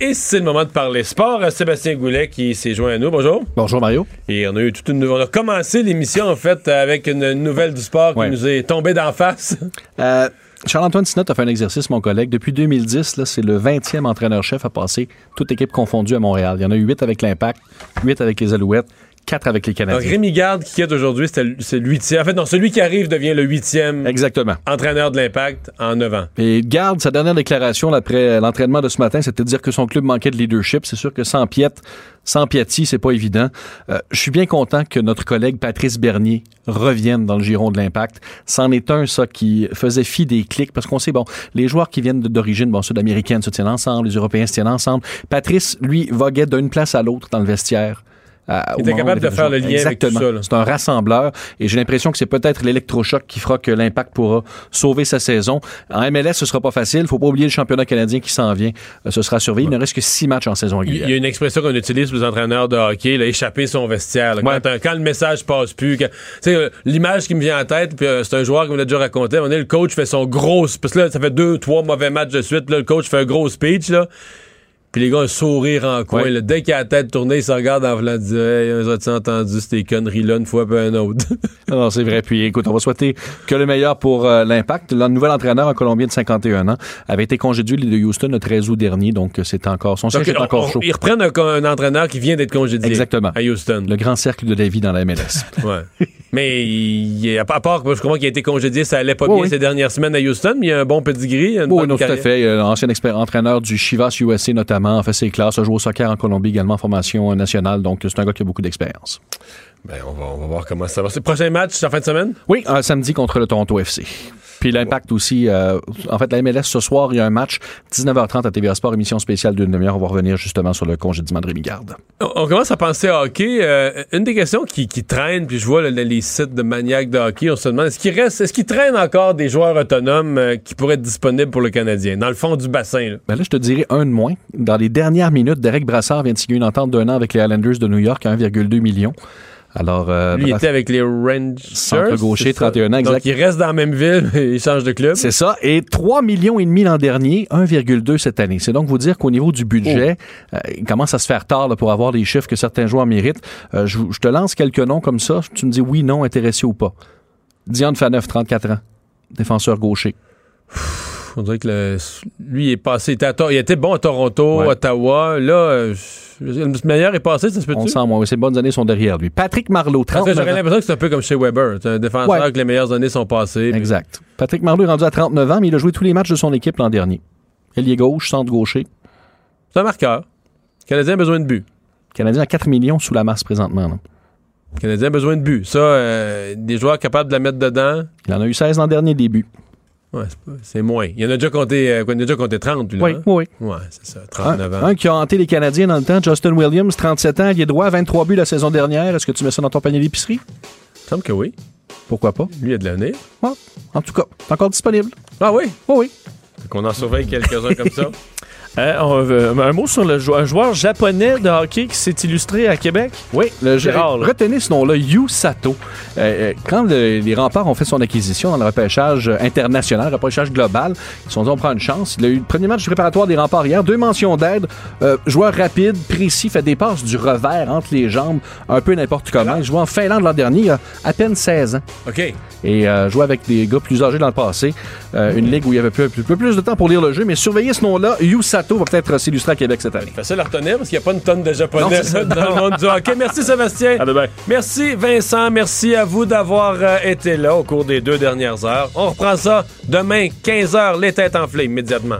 Et c'est le moment de parler sport à Sébastien Goulet qui s'est joint à nous. Bonjour. Bonjour Mario. Et on a eu toute une nouvelle. On a commencé l'émission en fait avec une nouvelle du sport Ouais. qui nous est tombée d'en face. Euh, Charles-Antoine Sinot a fait un exercice, mon collègue. Depuis 2010, là, c'est le 20e entraîneur-chef à passer, toute équipe confondue à Montréal. Il y en a 8 avec l'Impact, 8 avec les Alouettes, 4 avec les Donc Canadiens. Rémi Garde qui quitte aujourd'hui, c'était le- c'est le huitième. En fait, non, celui qui arrive devient le huitième Exactement. entraîneur de l'impact en 9 ans. Et garde sa dernière déclaration là, après l'entraînement de ce matin, c'était de dire que son club manquait de leadership. C'est sûr que sans Piette, sans Piatti, c'est pas évident. Euh, je suis bien content que notre collègue Patrice Bernier revienne dans le giron de l'impact. C'en est un, ça, qui faisait fi des clics, parce qu'on sait, bon, les joueurs qui viennent de- d'origine, bon, sud-américaine se tiennent ensemble, les Européens se tiennent ensemble. Patrice, lui, voguait d'une place à l'autre dans le vestiaire. à- Il au était moment capable des de faire résultats. le lien avec tout Exactement. ça, là. C'est un rassembleur et j'ai l'impression que c'est peut-être l'électrochoc qui fera que l'impact pourra sauver sa saison. En MLS, ce sera pas facile. Faut pas oublier le championnat canadien qui s'en vient. Euh, Ce sera surveillé. Il ne reste que six matchs en saison Il y a régulière. une expression qu'on utilise pour les entraîneurs de hockey, là, échapper son vestiaire. là. Ouais. Quand, un- quand le message passe plus, quand- tu sais, euh, l'image qui me vient en tête, puis, euh, c'est un joueur qui me l'a déjà raconté. On est le coach fait son gros, parce que là ça fait deux, trois mauvais matchs de suite, puis là, le coach fait un gros speech là. Puis les gars ont un sourire en coin. Ouais. là. Dès qu'il a la tête tournée, ils se regardent en voulant dire Hey, eux autres, ils ont entendu ces conneries-là une fois puis un autre. Non, non, c'est vrai. Puis écoute, on va souhaiter que le meilleur pour euh, l'impact. Le nouvel entraîneur en Colombien de 51 ans avait été congédié de Houston le 13 août dernier. Donc, euh, c'est encore, son siège Donc, est on- encore on- chaud. ils reprennent un, un entraîneur qui vient d'être congédié Exactement. à Houston. Le grand cercle de la vie dans la MLS. Ouais. mais il, il- à part- à part, je comprends qu'il a été congédié, ça allait pas Oui, bien oui. ces dernières semaines à Houston, mais il a un bon pedigree. une Oui, bonne non, tout à carrière. fait. Euh, ancien expé- entraîneur du Chivas USA notamment, a fait ses classes, a joué au soccer en Colombie également, en formation euh, nationale. Donc, euh, c'est un gars qui a beaucoup d'expérience. Ben, on va, on va voir comment ça va. C'est le prochain match, c'est en fin de semaine? Oui, un samedi contre le Toronto FC. Puis l'impact aussi, euh, en fait, la MLS ce soir, il y a un match, 19h30 à TVA Sport, émission spéciale d'une demi-heure. On va revenir justement sur le congédiement de Rémi Garde. On, on commence à penser à hockey. Euh, une des questions qui, qui traîne, puis je vois là, les sites de maniaques de hockey, on se demande, est-ce qu'il reste, est-ce qu'il traîne encore des joueurs autonomes euh, qui pourraient être disponibles pour le Canadien, dans le fond du bassin? là? Ben là, je te dirais un de moins. Dans les dernières minutes, Derek Brassard vient de signer une entente d'un an avec les Islanders de New York à 1,2 million. Alors, euh, Lui il Brassard- était avec les Rangers. Centre-gaucher, c'est ça? 31 ans, Donc, exact. il reste dans la même ville, mais il change de club. C'est ça. Et 3 millions et demi l'an dernier, 1,2 cette année. C'est donc vous dire qu'au niveau du budget, Oh. euh, il commence à se faire tard là, pour avoir les chiffres que certains joueurs méritent. Euh, je, vous- je te lance quelques noms comme ça. Tu me dis oui, non, intéressé ou pas. Diane Faneuf, 34 ans. Défenseur gaucher. On dirait que le- lui, il est passé. Il était, à Tor- il était bon à Toronto, Ouais. Ottawa. Là, euh, je- le meilleur est passé, ça se On peut-tu? le sent, moi, ces bonnes années sont derrière lui. Patrick Marleau, Parce que 39 J'aurais ans. l'impression que c'est un peu comme chez Weber. C'est un défenseur Ouais. que les meilleures années sont passées. puis- Exact. Patrick Marleau est rendu à 39 ans, mais il a joué tous les matchs de son équipe l'an dernier. Ailier gauche, centre gaucher. C'est un marqueur. Le Canadien a besoin de but. Canadien à 4 millions sous la masse présentement. là. Le Canadien a besoin de but. Ça, euh, des joueurs capables de la mettre dedans, Il en a eu 16 l'an dernier, début. ouais, c'est pas- c'est moins. Il en a déjà compté, euh, il en a déjà compté 30, lui, là, hein? oui. Ouais, c'est ça, Un, 39 ans. un Hein? qui a hanté les Canadiens dans le temps, Justin Williams, 37 ans, il est droit, 23 buts la saison dernière. Est-ce que tu mets ça dans ton panier d'épicerie? Il me semble que oui. Pourquoi pas? Lui, il a de l'avenir. Ouais. En tout cas, c'est encore disponible. Ah oui? Oh oui. Qu'on en surveille quelques-uns comme ça. Hein, on veut- un mot sur le joueur, un joueur japonais de hockey qui s'est illustré à Québec. Oui, le jeu. Gérard, là. Retenez ce nom-là, Yu Sato. Euh, euh, quand le- les remparts ont fait son acquisition dans le repêchage euh, international, le repêchage global, ils se sont dit on prend une chance. Il a eu le premier match du préparatoire des remparts hier, deux mentions d'aide, euh, joueur rapide, précis, fait des passes du revers entre les jambes, un peu n'importe comment. Il jouait en Finlande l'an dernier, il a à peine 16 ans. OK. et euh, jouer avec des gars plus âgés dans le passé. Euh, Une ligue où il y avait plus- un peu plus de temps pour lire le jeu, mais surveillez ce nom-là. Yu Sato va peut-être s'illustrer à Québec cette année. Facile à retenir parce qu'il n'y a pas une tonne de Non, japonais c'est ça. dans le monde du hockey. Merci Sébastien. Ah, demain. Merci Vincent. Merci à vous d'avoir euh, été là au cours des deux dernières heures. On reprend ça demain, 15h, les têtes enflées immédiatement.